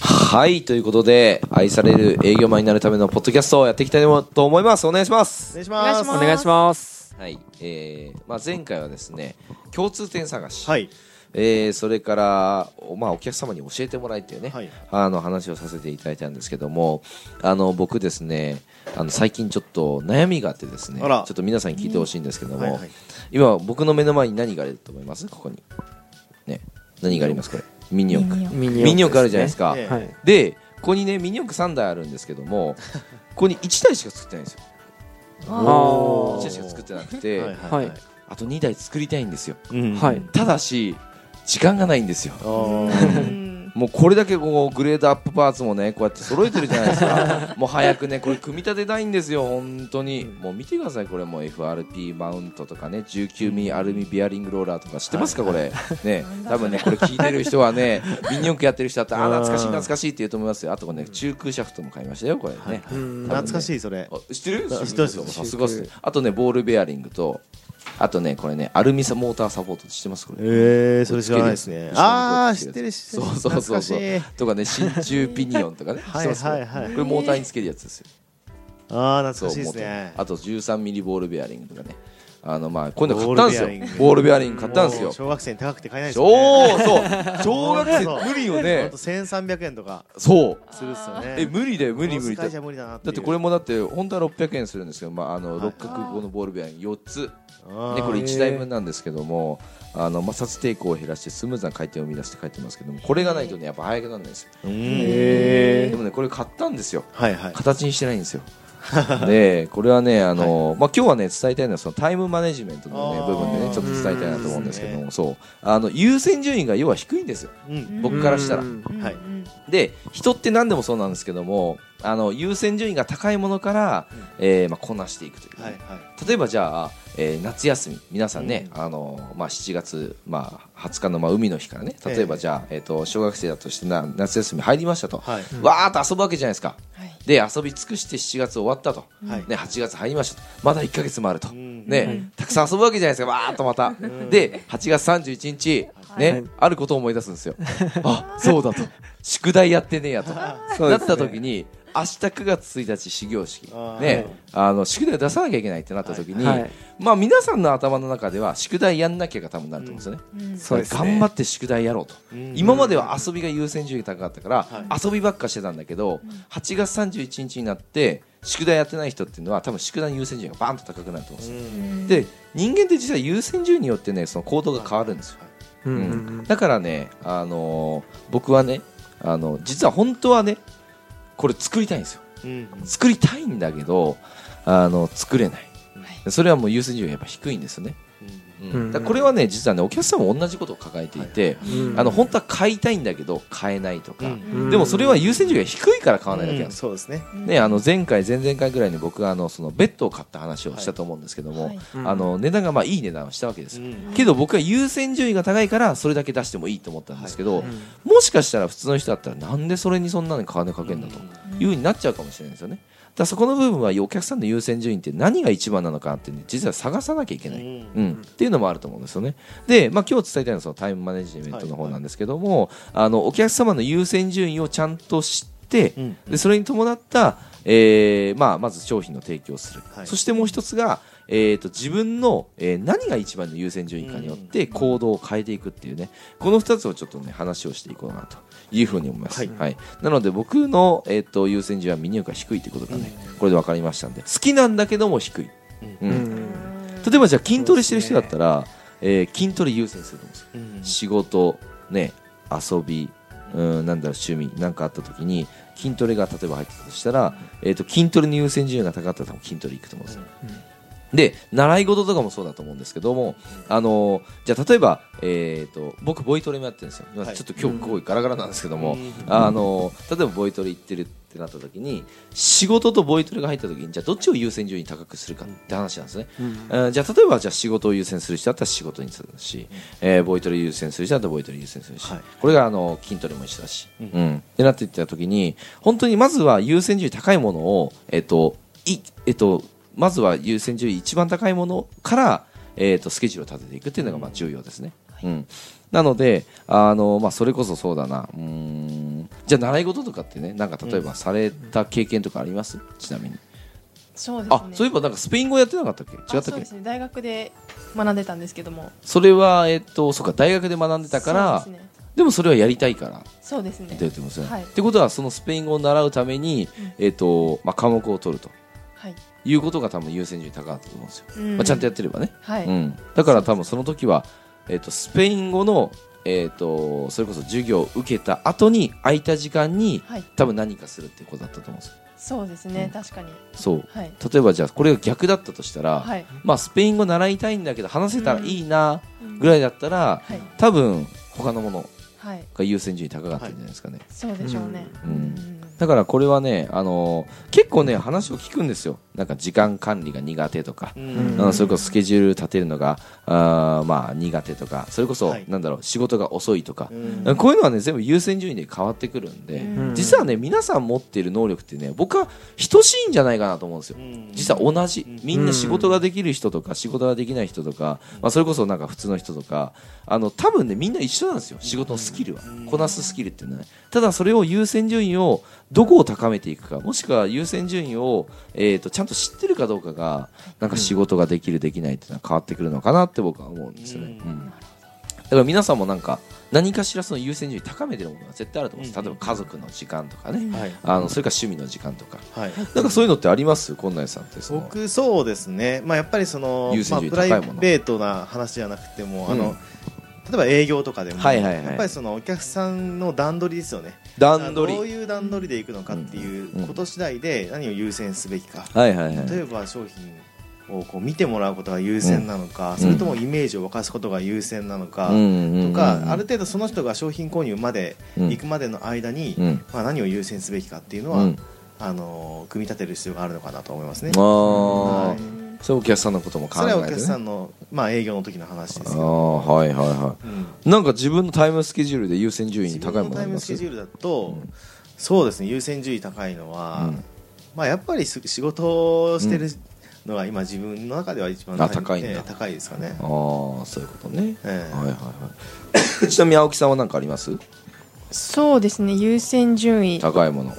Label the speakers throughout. Speaker 1: はい、ということで、愛される営業マンになるためのポッドキャストをやっていきたいと思います。お願いします。
Speaker 2: 願いし
Speaker 3: お願い
Speaker 2: ま
Speaker 3: しますす
Speaker 4: お願いします。
Speaker 1: はい、えー、まあ前回はですね、共通点探し。
Speaker 2: はい
Speaker 1: えーそれから、おまあ、お客様に教えてもらいっていうね、
Speaker 2: はい
Speaker 1: あの話をさせていただいたんですけどもあの僕ですねあの最近ちょっと悩みがあってですねち
Speaker 2: あ
Speaker 1: ょ
Speaker 2: ら
Speaker 1: っと皆さんに聞いてほしいんですけども、
Speaker 2: はいはい
Speaker 1: 今僕の目の前に何があると思いますここに、ね、何がありますこれミニ四駆
Speaker 3: ミニ四
Speaker 4: ミ
Speaker 1: ミニ四駆あるじゃないですか、
Speaker 2: ええ
Speaker 4: はい。
Speaker 1: でここにねミニ四駆3台あるんですけど もここに1台しか作ってないんですよ
Speaker 4: あ
Speaker 1: 1
Speaker 4: ー
Speaker 1: 台しか作ってなくて、
Speaker 2: はいはいはい
Speaker 1: あと2台作りたいんですよ
Speaker 2: うん
Speaker 4: はい
Speaker 1: ただし時間がないんですよ
Speaker 2: あー
Speaker 3: うん
Speaker 1: もうこれだけこうグレードアップパーツもねこうやって揃えてるじゃないです かもう早くねこれ組み立てたいんですよ本当にもう見てくださいこれもう FRP マウントとかね19ミリアルミビアリングローラーとか知ってますかこ れね多分ねこれ聞いてる人はねミニ四駆やってる人だったらあー懐かしい懐かしいって言うと思いますよあとこれね中空シャフトも買いましたよこれね
Speaker 4: うん
Speaker 1: あ
Speaker 2: 懐かしいそれ
Speaker 1: あ知ってる
Speaker 2: 知ってますよ
Speaker 1: さすがっすねあとねボールベアリングとあとねこれねアルミサモーターサポート知ってますこれ
Speaker 2: ええそれ知らないです
Speaker 1: 後ろ
Speaker 2: ね
Speaker 1: にこう
Speaker 2: ああ知ってる知って
Speaker 1: そう
Speaker 2: る
Speaker 1: そうそうそう
Speaker 2: 懐かしい
Speaker 1: とかね真鍮ピニオンとかね
Speaker 2: はいはいはい
Speaker 1: これモーターにつけるやつですよ
Speaker 2: ああ懐かしい
Speaker 1: そうモ
Speaker 2: です
Speaker 1: ーター
Speaker 2: ね
Speaker 1: あと13ミリボールベアリングとかねあのまあこういうの買ったんですよボ
Speaker 2: ボ
Speaker 1: ールベアリング買ったんです
Speaker 2: も
Speaker 1: よ
Speaker 2: う小学生に高くて買えないです
Speaker 1: そう
Speaker 2: よね
Speaker 1: そう小学生無理よ
Speaker 2: ほん
Speaker 1: ね
Speaker 2: と1300円とか
Speaker 1: そう
Speaker 2: するっすよね
Speaker 1: え無理だよ無理無理
Speaker 2: だ
Speaker 1: だ
Speaker 2: じゃ無理だなって
Speaker 1: だってこれもだって本当は600円するんですけど、まあ、あの
Speaker 2: はい
Speaker 1: 六角五のボールベアリング4つ、ね、
Speaker 2: れ
Speaker 1: これ
Speaker 4: 一
Speaker 1: 1台分なんですけどもあの摩擦抵抗を減らしてスムーズな回転を生み出して書いてますけどもこれがないとねやっぱ速くならないんですよ
Speaker 2: へ
Speaker 1: でもねこれ買ったんですよ
Speaker 2: はいはい
Speaker 1: 形にしてないん ですよでこれはねあの、まあ、今日はね伝えたいのはそのタイムマネジメントの、ね、
Speaker 2: あー
Speaker 1: 部分でねちょっと伝えたいなと思うんですけど
Speaker 2: う
Speaker 1: もそうあの優先順位が要は低いんですよ
Speaker 2: うん
Speaker 1: 僕からしたら
Speaker 4: うん
Speaker 2: はい
Speaker 3: うん
Speaker 1: で人って何でもそうなんですけどもあの優先順位が高いものから、えーまあ、こなしていくという、
Speaker 2: はいは
Speaker 1: 例えばじゃあ、えー夏休み皆さんね、あのまあ、7月、まあ、20日の、まあ、海の日からね例えば
Speaker 2: ええ
Speaker 1: じゃあ、えー、と小学生だとしてな夏休み入りましたと、
Speaker 2: いは
Speaker 1: わーっと遊ぶわけじゃないですか
Speaker 3: はい
Speaker 1: で遊び尽くして7月終わったと、
Speaker 2: いはい
Speaker 1: ね、8月入りましたとまだ1か月もあると、
Speaker 2: うん
Speaker 1: ねたくさん遊ぶわけじゃないですかわーっとまた、で8月31日、ね
Speaker 4: はい
Speaker 1: あることを思い出すんですよあそうだと宿題やってねえやと、
Speaker 4: そう
Speaker 1: な
Speaker 4: で
Speaker 1: っ
Speaker 4: す
Speaker 1: た
Speaker 4: ね
Speaker 1: 時に明日9月1日始業式
Speaker 2: あー
Speaker 1: ねあの宿題出さなきゃいけないってなった時に、
Speaker 4: はいはい
Speaker 1: まあ皆さんの頭の中では宿題やんなきゃが多分なると思うんですよね、
Speaker 3: うん
Speaker 4: そうですね
Speaker 1: 頑張って宿題やろうと、
Speaker 2: うん
Speaker 1: 今までは遊びが優先順位が高かったから、
Speaker 2: は
Speaker 1: 遊びばっかしてたんだけど、8月31日になって宿題やってない人っていうのは多分宿題の優先順位がバンと高くなると思うんですよ、
Speaker 3: うん
Speaker 1: で人間って実は優先順位によってねその行動が変わるんですよ、
Speaker 4: う
Speaker 1: うんん
Speaker 4: うん
Speaker 1: だからね、あのー僕はね、あの実は本当はねこれ作りたいんですよ
Speaker 2: うん
Speaker 1: 作りたいんだけどあの作れない
Speaker 3: はい
Speaker 1: それはもう優先順位がやっぱ低いんですよね、
Speaker 4: うん
Speaker 1: だからこれはね実はねお客さんも同じことを抱えていて、
Speaker 4: うん
Speaker 1: あの本当は買いたいんだけど買えないとか、
Speaker 4: うん
Speaker 1: でもそれは優先順位が低いから買わないだけなんで
Speaker 2: うん
Speaker 1: す、
Speaker 2: そうですね
Speaker 3: うん
Speaker 1: ね、あの前回前々回ぐらいに僕はあのそのベッドを買った話をしたと思うんですけども、
Speaker 3: はい
Speaker 4: うん
Speaker 1: あの値段がまあいい値段をしたわけです、
Speaker 2: うん
Speaker 1: けど僕は優先順位が高いからそれだけ出してもいいと思ったんですけど、
Speaker 4: うん
Speaker 1: もしかしたら普通の人だったらなんでそれにそんなに金かけんだと
Speaker 3: ん
Speaker 1: いうふうになっちゃうかもしれないですよねだからそこの部分はお客さんの優先順位って何が一番なのかってね実は探さなきゃいけない、
Speaker 2: うん
Speaker 1: うん、っていうのもあると思うんですよね。で、まあ、今日伝えたいのはそのタイムマネジメントの方なんですけども、あのお客様の優先順位をちゃんと知って、
Speaker 2: うん
Speaker 1: でそれに伴った、えーまあ、まず商品の提供をする、
Speaker 2: はい
Speaker 1: そしてもう一つが、えー、と自分の、えー何が一番の優先順位かによって行動を変えていくっていうねこの2つをちょっとね話をしていこうかなというふうに思います、は
Speaker 2: はいい
Speaker 1: なので僕の、えー、と優先順位はミニオが低いってことがね、これで分かりましたんで好きなんだけども低い、
Speaker 4: う
Speaker 1: うん
Speaker 4: ん
Speaker 1: 例えばじゃあ筋トレしてる人だったら、えー筋トレ優先すると思うんですよ、
Speaker 2: うん
Speaker 1: 仕事ね遊びうんなんだろう趣味なんかあった時に筋トレが例えば入ってたとしたら、えー、と筋トレの優先順位が高かったら多分筋トレいくと思うんですよ、で習い事とかもそうだと思うんですけども、あのーじゃあ例えば、えー、と僕ボイトレもやってるんですよ、まあ
Speaker 2: はい
Speaker 1: ちょっと今日こうガラガラなんですけども、
Speaker 2: うん
Speaker 1: あのー例えばボイトレ行ってるってなった時に仕事とボイトレが入った時にじゃあどっちを優先順位高くするかって話なんですね、えーじゃあ例えばじゃあ仕事を優先する人だったら仕事にするし、えーボイトレ優先する人だったらボイトレ優先するし、
Speaker 2: はい
Speaker 1: これがあの筋トレも一緒だし、うんってなっていった時に本当にまずは優先順位高いものを、えっといえっと、まずは優先順位一番高いものから、えっとスケジュールを立てていくっていうのがまあ重要ですね。うんなのであの、まあ、それこそそうだなうーんじゃあ習い事とかってねなんか例えばされた経験とかありますちなみに
Speaker 3: そうですね
Speaker 1: あそういえばなんかスペイン語やってなかったっけ違
Speaker 3: あ
Speaker 1: った
Speaker 3: そ
Speaker 1: っ
Speaker 3: うで
Speaker 1: け
Speaker 3: すね大学で学んでたんですけども
Speaker 1: それはえっとそうか大学で学んでたから
Speaker 3: そうですね
Speaker 1: でもそれはやりたいから
Speaker 3: そうです
Speaker 1: って言
Speaker 3: ね
Speaker 1: ってますよね、
Speaker 3: はい
Speaker 1: ってことはそのスペイン語を習うために、えっとまあ、科目を取ると
Speaker 3: はい、
Speaker 1: いうことが多分優先順位高かったと思うんですよ、
Speaker 3: うん
Speaker 1: まあ、ちゃんとやってればね、
Speaker 3: はい、
Speaker 1: うん、だから多分その時は、えっとスペイン語の、えっとそれこそ授業を受けた後に空いた時間に
Speaker 3: はい
Speaker 1: 多分何かするっていうことだったと思うんですよ
Speaker 3: そうですね、確かに
Speaker 1: そう
Speaker 3: はい
Speaker 1: 例えばじゃあこれが逆だったとしたら、
Speaker 3: はい
Speaker 1: まあ、スペイン語習いたいんだけど話せたらいいな
Speaker 3: うん
Speaker 1: ぐらいだったら、
Speaker 3: はい
Speaker 1: 多分他のもの
Speaker 3: はい
Speaker 1: が優先順位高かったんじゃないですかね、
Speaker 3: そうでしょうね
Speaker 1: うんだからこれはね、あのー結構ね話を聞くんですよなんか時間管理が苦手とか、
Speaker 2: うん
Speaker 1: うんそれこそスケジュール立てるのがあーまあ苦手とかそれこそ、
Speaker 2: はい
Speaker 1: なんだろう仕事が遅いとか
Speaker 2: う、ん
Speaker 1: こういうのはね全部優先順位で変わってくるんで、
Speaker 4: ん
Speaker 1: 実はね皆さん持っている能力ってね僕は等しいんじゃないかなと思うんですよ、
Speaker 2: うん
Speaker 1: 実は同じ
Speaker 2: うん
Speaker 1: みんな仕事ができる人とか仕事ができない人とか、まあ、それこそなんか普通の人とかあの多分ねみんな一緒なんですよ仕事のスキルは
Speaker 2: うん
Speaker 1: こなすスキルっていうのはねただそれを優先順位をどこを高めていくかもしくは優先順位を、えー、とちゃんと知ってるかどうかがなんか仕事ができるできないっていうのは変わってくるのかなって僕は思うんですよね、
Speaker 2: うん
Speaker 1: うんだから皆さんもなんか何かしらその優先順位高めてるものが絶対あると思うんです
Speaker 2: うん
Speaker 1: 例えば家族の時間とかね、
Speaker 2: はい
Speaker 1: あのそれから趣味の時間とか
Speaker 2: はい
Speaker 1: なんかそういうのってありますこんなさんってその
Speaker 2: 僕そうですね、まあ、やっぱりその
Speaker 1: 優、
Speaker 2: ま
Speaker 1: 先
Speaker 2: あ、
Speaker 1: 順位
Speaker 2: プ
Speaker 1: 高
Speaker 2: ラ
Speaker 1: い
Speaker 2: イ
Speaker 1: もの
Speaker 2: ベートな話じゃなくても、あ
Speaker 1: うん
Speaker 2: の例えば営業とかでも、
Speaker 1: はいはいはい
Speaker 2: やっぱりそのお客さんの段取りですよね
Speaker 1: 段取り
Speaker 2: あどういう段取りでいくのかっていうこと次第で何を優先すべきか、
Speaker 1: はいはいはい
Speaker 2: 例えば商品をこう見てもらうことが優先なのか、
Speaker 1: ん
Speaker 2: それともイメージを沸かすことが優先なのか、と
Speaker 1: と
Speaker 2: か、ある程度その人が商品購入まで行くまでの間に、
Speaker 1: うん
Speaker 2: まあ、何を優先すべきかっていうの
Speaker 1: う
Speaker 2: は、
Speaker 1: ん
Speaker 2: あの組み立てる必要があるのかなと思います
Speaker 1: あ
Speaker 2: ね。
Speaker 1: あ
Speaker 2: はい
Speaker 1: それお客さんのことも考
Speaker 2: そ
Speaker 1: えて
Speaker 2: れは
Speaker 1: ね
Speaker 2: お客さんの、まあ、営業の時の話です
Speaker 1: あ
Speaker 2: けど、
Speaker 1: あはいはいは
Speaker 2: うん
Speaker 1: いなんか自分のタイムスケジュールで優先順位
Speaker 2: 自
Speaker 1: に高いも
Speaker 2: 分
Speaker 1: の
Speaker 2: の
Speaker 1: あ
Speaker 2: タイ
Speaker 1: り
Speaker 2: ム
Speaker 1: ま
Speaker 2: ス
Speaker 1: す
Speaker 2: ケジュールだと、そうですね優先順位高いのは、
Speaker 1: うん
Speaker 2: まあ、やっぱりす仕事をしてるのが今自分の中では一番
Speaker 1: あ高いんだ
Speaker 2: えー高いですかね。
Speaker 1: ああそういうことね
Speaker 2: ええ
Speaker 1: はいはいはいちなみに青木さんは何かあります
Speaker 3: そうですね優先順位
Speaker 1: 高いもの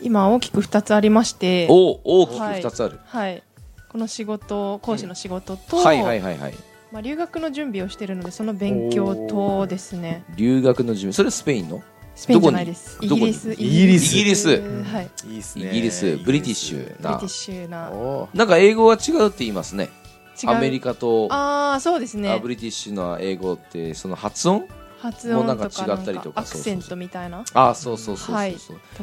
Speaker 3: 今大きく2つありまして
Speaker 1: お大きく2つある
Speaker 3: はいこの仕事講師の仕事と、
Speaker 1: はいはいはいはい
Speaker 3: まあ、留学の準備をしてるのでその勉強とですね
Speaker 1: 留学の準備それスペインの
Speaker 3: スペインじゃないですイ
Speaker 1: どこに
Speaker 3: ギリス
Speaker 1: ど
Speaker 2: こにイギリス
Speaker 1: イギリス
Speaker 3: はい
Speaker 2: いいっす
Speaker 1: イ
Speaker 2: ね
Speaker 1: ギリスブリティッシュ
Speaker 3: ブリ
Speaker 1: な
Speaker 3: ティッシュな
Speaker 2: お
Speaker 1: なんか英語は違うって言いますね
Speaker 3: 違う
Speaker 1: アメリカと
Speaker 3: ああそうです
Speaker 1: あ
Speaker 3: ね
Speaker 1: ブリティッシュの英語ってその発音
Speaker 3: 発音とか
Speaker 1: もうな
Speaker 3: なん
Speaker 1: か違ったりと
Speaker 3: ん
Speaker 1: か
Speaker 3: かアクセントみたいな
Speaker 1: あそうそうそうそうそう、
Speaker 3: はい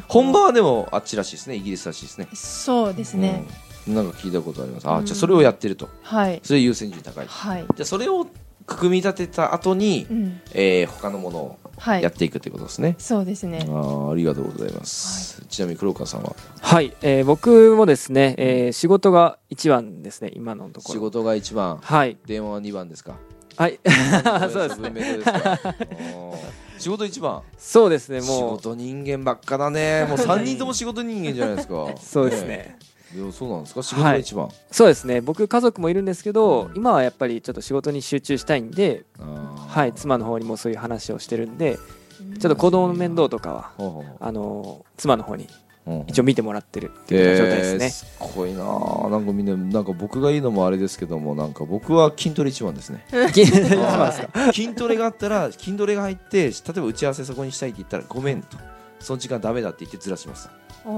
Speaker 1: 本場はでもあっちらしいですねイギリスらしいですね
Speaker 3: そうですね、
Speaker 1: うん、なんか聞いたことありますあ、
Speaker 3: うん
Speaker 1: じゃあそれをやってると
Speaker 3: はい
Speaker 1: それ優先順位高いじゃ
Speaker 3: はい
Speaker 1: あそれを組み立てた後に、
Speaker 3: うん
Speaker 1: えー他のものを
Speaker 3: は
Speaker 1: やっ
Speaker 3: い
Speaker 1: ていくということですね、
Speaker 3: そうですね
Speaker 1: あーありがとうございます、ちなみに黒川さんは
Speaker 4: はい、えー僕もですね、えー仕事が一番ですね今のところ
Speaker 1: 仕事が一番
Speaker 4: はい
Speaker 1: 電話は二番です か
Speaker 4: はい
Speaker 1: そうです文明堂ですかあー仕事一番
Speaker 4: そうですね
Speaker 1: 仕
Speaker 4: もう
Speaker 1: 事人間ばっかだね もう三人とも仕事人間じゃないですか
Speaker 4: そうです
Speaker 1: ね
Speaker 4: ね
Speaker 1: えいやそうなんですか仕事が一番、
Speaker 4: そうですね僕家族もいるんですけど今はやっぱりちょっと仕事に集中したいんで、
Speaker 1: は
Speaker 4: はい、妻の方にもそういう話をしてるんで
Speaker 3: うん
Speaker 4: ちょっと子供の面倒とかは
Speaker 1: ほうほうほう
Speaker 4: あの妻の方に一
Speaker 1: 応
Speaker 4: 応見てもらってるっていうような状態ですね、
Speaker 1: すごいなあなんかみんななんか僕が言うのもあれですけどもなんか僕は筋トレ一番です ねはい筋トレがあったら筋トレが入って例えば打ち合わせそこにしたいって言ったらごめんとその時間ダメだって言ってずらします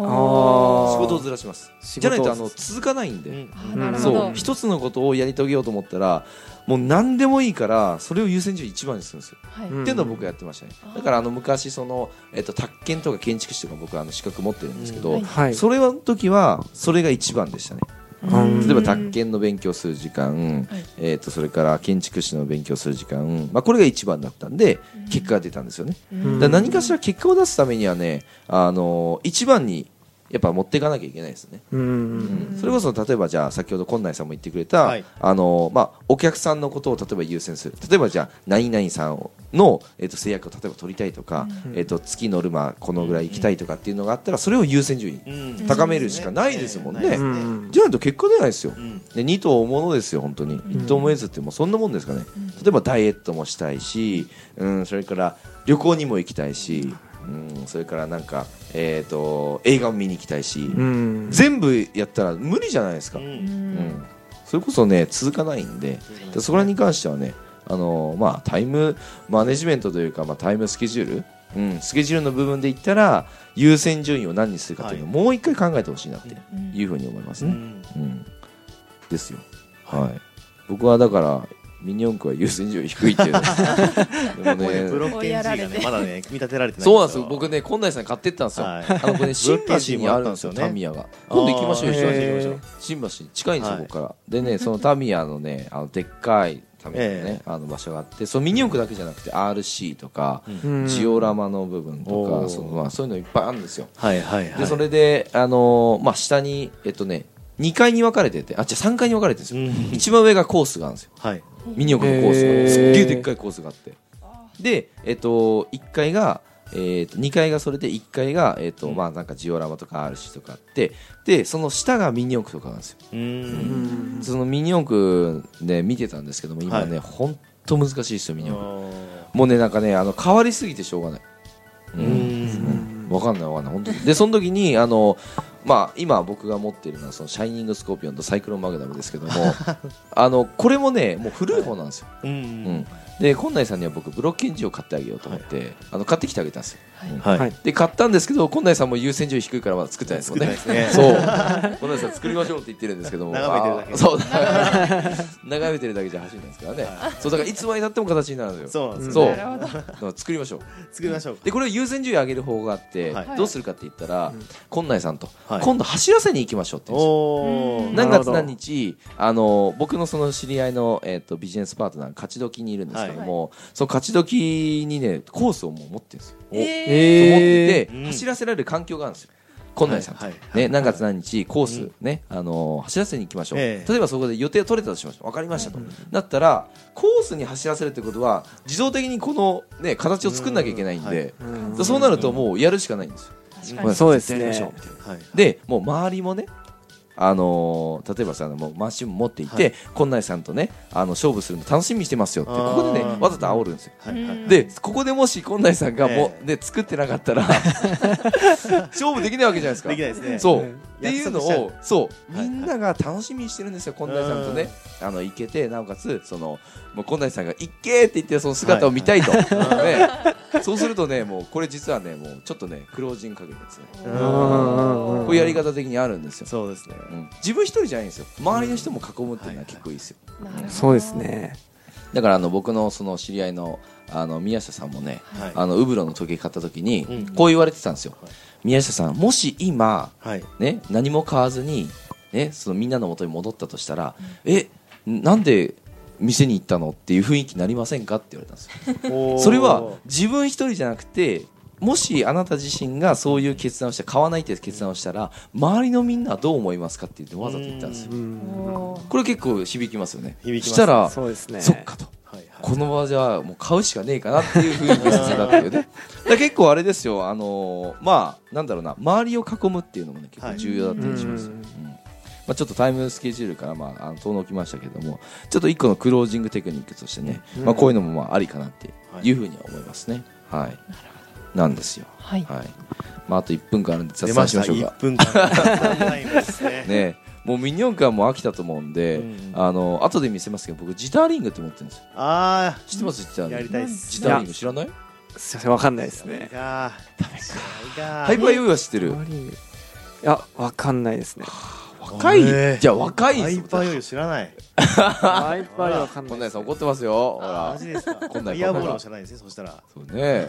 Speaker 3: お
Speaker 4: あー
Speaker 1: 仕事をずらします
Speaker 4: 仕
Speaker 1: じゃ
Speaker 4: 事
Speaker 1: ない
Speaker 4: を
Speaker 1: とあの続かないんで、
Speaker 2: うん
Speaker 3: ーあーなるほ
Speaker 1: そ
Speaker 3: ど
Speaker 1: う一つのことをやり遂げようと思ったらもう何でもいいからそれを優先順位一番にするんですよ
Speaker 3: はい
Speaker 4: うん
Speaker 1: っていうのを僕やってましたね
Speaker 3: あー
Speaker 1: だからあの昔その、えっと宅建とか建築士とか僕あの資格持ってるんですけど、
Speaker 3: うんはい
Speaker 4: はい
Speaker 1: それの時はそれが一番でしたね
Speaker 4: うん
Speaker 1: 例えば宅建の勉強する時間、
Speaker 3: はい
Speaker 1: えー、とそれから建築士の勉強する時間、まあ、これが一番だったんで
Speaker 3: うん
Speaker 1: 結果が出たんですよね、
Speaker 3: うん
Speaker 1: だから何かしら結果を出すためにはね、あのー一番にやっぱ持っていかなきゃいけないですね、
Speaker 4: うん
Speaker 3: ん
Speaker 1: それこそ例えばじゃあ先ほど近内さんも言ってくれた、
Speaker 2: はい
Speaker 1: あのーまあ、お客さんのことを例えば優先する例えばじゃあ何々さんの、えー、と制約を例えば取りたいとか、えー、と月ノルマこのぐらい行きたいとかっていうのがあったらそれを優先順位
Speaker 2: うん
Speaker 1: 高めるしかないですもんね
Speaker 2: ええないで
Speaker 4: う
Speaker 2: すね
Speaker 4: ん
Speaker 1: じゃないと結果出ないですよ
Speaker 2: うん
Speaker 1: で2頭ものですよ、本当に1頭もえずってもうそんなもんですかね、例えばダイエットもしたいし、うん、それから旅行にも行きたいし、うん、それからなんか、えー、と映画も見に行きたいし、
Speaker 4: うん
Speaker 1: 全部やったら無理じゃないですか、うん
Speaker 3: うん
Speaker 1: それこそね続かないんででそこらに関してはねあの、まあ、タイムマネジメントというか、まあ、タイムスケジュール、うん、スケジュールの部分で言ったら優先順位を何にするかというのをもう一回考えてほしいなって
Speaker 3: うん
Speaker 1: いうふうに思います
Speaker 2: う
Speaker 1: ね。
Speaker 2: ん
Speaker 1: うん、ですよ、はい、僕はだからミニ四駆は優先順位低いっていうのでも
Speaker 2: もうねブロ
Speaker 1: ね
Speaker 2: ッケン G が
Speaker 3: 追いやられ
Speaker 2: ね
Speaker 3: て
Speaker 2: まだね組み立てられてない
Speaker 1: そうなんですよ僕
Speaker 2: ね
Speaker 1: ね近内さんに買ってったんですよ、
Speaker 2: はい
Speaker 1: あの これね新橋にあるんですよ
Speaker 2: ブロッケン G もあったんですよね
Speaker 1: タミヤが今度行きましょう
Speaker 4: あ
Speaker 1: よ一
Speaker 4: ー
Speaker 1: 緒に
Speaker 4: へ
Speaker 1: 行き
Speaker 4: ー
Speaker 1: ましょう新橋に近いんですよ、
Speaker 2: はい
Speaker 1: ここからでねそのタミヤのねあのでっかいタミヤのね、
Speaker 2: え
Speaker 1: あの場所があってそのミニ四駆だけじゃなくて RC とか、
Speaker 4: うん
Speaker 1: ジオラマの部分と
Speaker 2: お
Speaker 1: か
Speaker 2: ー
Speaker 1: その、まあ、そういうのいっぱいあるんですよ
Speaker 2: はいはいはい
Speaker 1: でそれで、あのーまあ、下に、えっとね、2階に分かれててあじゃあ3階に分かれてるんですよ、
Speaker 2: うん
Speaker 1: 一番上がコースがあるんですよ
Speaker 2: はい
Speaker 1: ミニオクのコースが、
Speaker 4: へー
Speaker 1: すっげえでっかいコースがあってで、えっと、1階が、えっと2階がそれで1階が、えっとまあ、なんかジオラマとか RC とかあってでその下がミニオクとかなんですよ
Speaker 2: う
Speaker 4: うんん
Speaker 1: そのミニオクで見てたんですけども今ね、ほんと難しいですよミニオクもうねなんかねあの変わりすぎてしょうがない、
Speaker 2: う
Speaker 4: うんん
Speaker 1: わかんないわかんない本当にでその時にあのまあ今僕が持っているのはそのシャイニングスコーピオンとサイクロンマグナムですけども あのこれもねもう古い方なんですよ、
Speaker 2: う
Speaker 1: うんん、で近内さんには僕ブロッケンジを買ってあげようと思って、あの買ってきてあげたんですよ
Speaker 2: はい
Speaker 4: はい
Speaker 1: で買ったんですけど近内さんも優先順位低いからまだ作ってないですも
Speaker 2: 作
Speaker 1: ん
Speaker 2: ってない
Speaker 1: ね
Speaker 2: ですね
Speaker 1: そう近内さん作りましょうって言ってるんですけども
Speaker 2: 眺めてるだけ
Speaker 1: あーそう 眺めてるだけじゃ走んないですからね、そうだからいつまでたっても形になるんですよ
Speaker 2: そうなんです
Speaker 1: そう
Speaker 2: よ
Speaker 3: なるほど
Speaker 1: だから作りましょう
Speaker 2: 作りましょう
Speaker 1: でこれを優先順位上げる方法があって、
Speaker 2: はい
Speaker 1: どうするかって言ったら、
Speaker 4: ん
Speaker 1: こん、近内さんと、
Speaker 2: はい
Speaker 1: 今度走らせに行きましょうって言うんですよ
Speaker 2: お
Speaker 3: う
Speaker 2: お
Speaker 3: ん
Speaker 1: 何
Speaker 4: なるほ
Speaker 1: 月
Speaker 4: ど
Speaker 1: 何日あの僕のその知り合いの、えー、とビジネスパートナーが勝ち時にいるんですけども、その勝ち時にねコースをもう持ってるんですよ。そう持
Speaker 3: えー
Speaker 1: ってて、
Speaker 2: うん
Speaker 1: 走らせられる環境があるんですよ。近内さんと、
Speaker 2: はいはい
Speaker 1: ね、何月何日コース、ねあの走らせに行きましょう、
Speaker 2: ええ
Speaker 1: 例えばそこで予定を取れたとしましょう分かりましたと、なったらコースに走らせるってことは自動的にこの、ね、形を作んなきゃいけないんで、
Speaker 4: うん
Speaker 1: でそうなるともうやるしかないんですよ。
Speaker 3: 確
Speaker 1: ごめ
Speaker 3: か
Speaker 1: んな
Speaker 3: に
Speaker 1: さ
Speaker 4: そ
Speaker 1: いう
Speaker 4: ですね
Speaker 1: 絶対やりましょうみたいな
Speaker 2: はい
Speaker 1: でもう周りもねあのー例えばさもうマシン持っていて、
Speaker 2: はい
Speaker 1: こんないさんとねあの勝負するの楽しみにしてますよって
Speaker 2: あ
Speaker 1: こ
Speaker 2: ー
Speaker 1: こでねわざと煽るんですよ
Speaker 2: はいはい
Speaker 1: でここでもしこんないさんがもう、
Speaker 2: ええ
Speaker 1: ね作ってなか ったら勝負できないわけじゃないですか
Speaker 2: できないですね
Speaker 1: そう、
Speaker 4: うん
Speaker 1: っていうの
Speaker 2: 約束しちゃ
Speaker 1: を
Speaker 2: う
Speaker 1: そう
Speaker 2: は
Speaker 1: み
Speaker 2: い
Speaker 1: んなが楽しみにしてるんですよ、近内さんとねあの行けてなおかつそのもう近内さんが「行け!」って言ってその姿を見たいと、ね、そうするとねもうこれ実はねもうちょっとね黒字にかけてですね
Speaker 2: う
Speaker 4: う
Speaker 1: こ
Speaker 4: ん
Speaker 1: ういうやり方的にあるんですよ
Speaker 2: そうですね
Speaker 1: うん自分一人じゃないんですよ周りの人も囲むっていうのは結構いいですよ、
Speaker 3: なるほど
Speaker 4: そうですね
Speaker 1: だからあの僕のその知り合いのあの宮下さんもね、
Speaker 2: はい
Speaker 1: あのウブロの時計買った時に
Speaker 2: うん
Speaker 1: こう言われてたんですよ、
Speaker 2: はい
Speaker 1: 宮下さんもし今、
Speaker 2: はい
Speaker 1: ね、何も買わずに、ね、そのみんなの元に戻ったとしたら、えなんで店に行ったのっていう雰囲気になりませんかって言われたんですよそれは自分一人じゃなくてもしあなた自身がそういう決断をして買わないっていう決断をしたら周りのみんなはどう思いますかって言ってわざと言ったんですよ
Speaker 4: うん
Speaker 3: おー
Speaker 1: これ結構響きますよね
Speaker 2: 響きます
Speaker 1: したらそ,、
Speaker 4: そうですね
Speaker 1: っかと
Speaker 2: はいはい
Speaker 1: この場じゃもう買うしかねえかなっていうふうに決断だったよねだから結構あれですよあのーまあなんだろうな周りを囲むっていうのもね結構重要だったりしますよ、
Speaker 4: はい
Speaker 1: うんまあ、ちょっとタイムスケジュールから、まあ、あの遠のきましたけどもちょっと一個のクロージングテクニックとしてね、
Speaker 4: うん
Speaker 1: まあ、こういうのもまあありかなっていうふうには思いますね。はい、なんですよ、
Speaker 3: はい
Speaker 1: はいまあ、あと1分間あるんで雑
Speaker 2: 出
Speaker 1: 談
Speaker 2: ま
Speaker 1: し
Speaker 2: し
Speaker 1: ま
Speaker 2: た
Speaker 1: しょうか
Speaker 2: 一。分間 タイムですね
Speaker 1: ね、もうミニ四駆はもう飽きたと思うんで、
Speaker 2: うん
Speaker 1: あの後で見せますけど僕ジターリングって持ってるんですよ
Speaker 2: あ
Speaker 1: 知ってますジター
Speaker 2: あ
Speaker 1: リ
Speaker 2: や
Speaker 1: ン
Speaker 2: り
Speaker 1: グ
Speaker 2: たいです
Speaker 1: ジターリング知らない
Speaker 4: すいませんわかんないですね
Speaker 2: ダメか
Speaker 1: ハイパーヨーヨーは知ってる
Speaker 4: 周りにいやわかんないですね
Speaker 1: 若い、
Speaker 2: ね
Speaker 1: じゃあ若いで
Speaker 2: ハ
Speaker 1: す
Speaker 2: イ
Speaker 1: よ
Speaker 2: パーヨーヨー知らない
Speaker 4: ハイパーわかんな
Speaker 1: こんな
Speaker 4: いで
Speaker 1: やつ
Speaker 4: す
Speaker 1: 怒ってますよほ
Speaker 2: あー
Speaker 1: ら
Speaker 2: マジですか
Speaker 1: こんなん
Speaker 2: イヤーボールも知らないですねそしたら
Speaker 1: そうね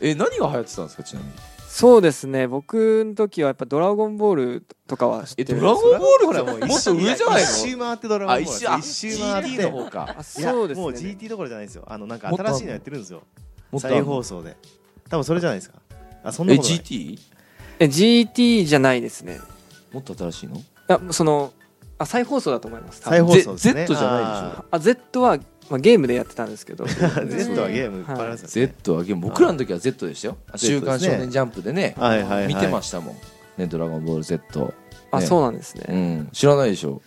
Speaker 1: え何が流行ってたんですかちなみに
Speaker 4: そうですね僕の時はやっぱドラゴンボールとかは知って
Speaker 1: え
Speaker 4: るんで
Speaker 1: ド
Speaker 4: す
Speaker 1: ラゴ
Speaker 4: よ
Speaker 1: ンボール
Speaker 2: それは
Speaker 1: ほら
Speaker 2: う
Speaker 1: もっと上じゃない
Speaker 2: 一周
Speaker 1: の
Speaker 2: 回ってドラゴ
Speaker 1: あ
Speaker 2: ンボ
Speaker 1: 一周
Speaker 2: ール
Speaker 1: あ
Speaker 2: です一周回っ
Speaker 1: GT
Speaker 2: て
Speaker 1: の方か
Speaker 4: あ
Speaker 2: いや
Speaker 4: そうですね
Speaker 2: もう GT どころじゃないですよあのなんか
Speaker 1: もっとあんの
Speaker 2: 新しいのやってるんですよ
Speaker 1: もっとあん
Speaker 2: 再
Speaker 1: の
Speaker 2: 放送で多分それじゃないですかあそん
Speaker 1: え
Speaker 2: なことない
Speaker 1: GT
Speaker 4: え GT じゃないですね
Speaker 1: もっと新しいの
Speaker 4: あそのあ再放送だと思います多分
Speaker 2: 再放送です
Speaker 1: Z-
Speaker 2: ね
Speaker 1: Z じゃないでしょ
Speaker 4: あ Z は、まあ、ゲームでやってたんですけ ど
Speaker 2: Z はゲームいっぱいありますよね
Speaker 1: Z はゲーム僕らの時は Z でしたよ「
Speaker 2: あ
Speaker 1: 週
Speaker 2: Z
Speaker 1: 刊
Speaker 2: です
Speaker 1: 少
Speaker 2: ね
Speaker 1: 年ジャンプ」でね
Speaker 2: はいはいはい
Speaker 1: 見てま
Speaker 2: し
Speaker 1: したもんね「ドラゴンボール Z」
Speaker 4: あ
Speaker 1: ね
Speaker 4: そうなんです
Speaker 1: う
Speaker 4: ね、
Speaker 1: ん知らないでしょ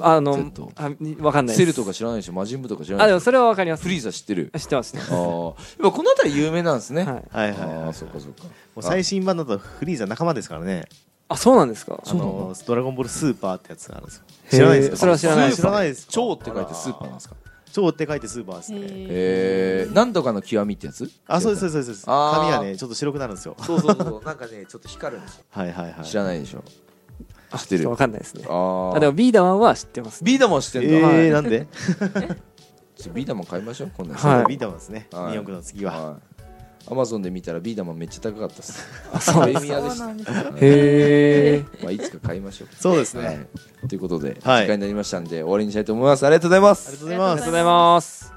Speaker 4: あの
Speaker 1: Z
Speaker 4: あにわかんないで
Speaker 1: セ
Speaker 4: す
Speaker 1: ルとか知らないでしょ魔人ブとか知らない
Speaker 4: あで
Speaker 1: で
Speaker 4: も
Speaker 1: し
Speaker 4: それはわかりま
Speaker 1: ょ
Speaker 4: す
Speaker 1: フリーザ知ってる
Speaker 4: 知ってますね
Speaker 1: ああーやっぱこの辺り有名なんですね、
Speaker 4: はい
Speaker 2: はいはいはい
Speaker 1: あ
Speaker 2: も
Speaker 1: あそうかそうか
Speaker 2: う最新版だとフリーザ仲間ですからね
Speaker 4: あそうなんですか
Speaker 2: あ
Speaker 1: そうなの
Speaker 2: のドラゴンボールスーパーってやつがあるんですよ
Speaker 4: へー
Speaker 2: 知らないですか
Speaker 4: それは知らない
Speaker 2: 知らないです
Speaker 1: 超って書いてスーパーなんですか
Speaker 2: 超って書いてスーパーですね
Speaker 3: へ
Speaker 1: えー、なんとかの極みってやつ
Speaker 2: あそうですそうですそうです
Speaker 1: あー
Speaker 2: 髪がねちょっと白くなるんですよ
Speaker 1: そうそうそうなんかねちょっと光るんですよ
Speaker 2: はいはいはい
Speaker 1: 知らないでしょ知ってる
Speaker 4: ちょとわかんないですね
Speaker 1: あ
Speaker 4: あ
Speaker 1: あ
Speaker 4: でもビーダマンは知ってます
Speaker 1: ビーダマン知ってんだ、
Speaker 2: え
Speaker 1: は
Speaker 2: ー
Speaker 1: い
Speaker 2: なんで
Speaker 1: ちょビーダマン買いましょう今度
Speaker 4: はい
Speaker 2: ビーダマンですね
Speaker 1: はい
Speaker 2: 2億の次は
Speaker 1: アマゾンで見たらビーダマンめっちゃ高かったっす
Speaker 4: あそうなん
Speaker 1: プレ
Speaker 4: です
Speaker 1: ミアで
Speaker 3: そう
Speaker 1: し
Speaker 3: な
Speaker 1: た
Speaker 3: んですね
Speaker 4: へえ
Speaker 1: まあいつか買いましょう
Speaker 2: そうですね
Speaker 1: はい、ということで、
Speaker 2: はい
Speaker 1: 時間になりましたんで終わりにしたいと思いますありがとうございます
Speaker 2: ありがとう
Speaker 3: あ
Speaker 2: ござ
Speaker 3: り
Speaker 2: い
Speaker 3: がとう
Speaker 2: ま
Speaker 3: ご
Speaker 2: す
Speaker 4: ありがとうございます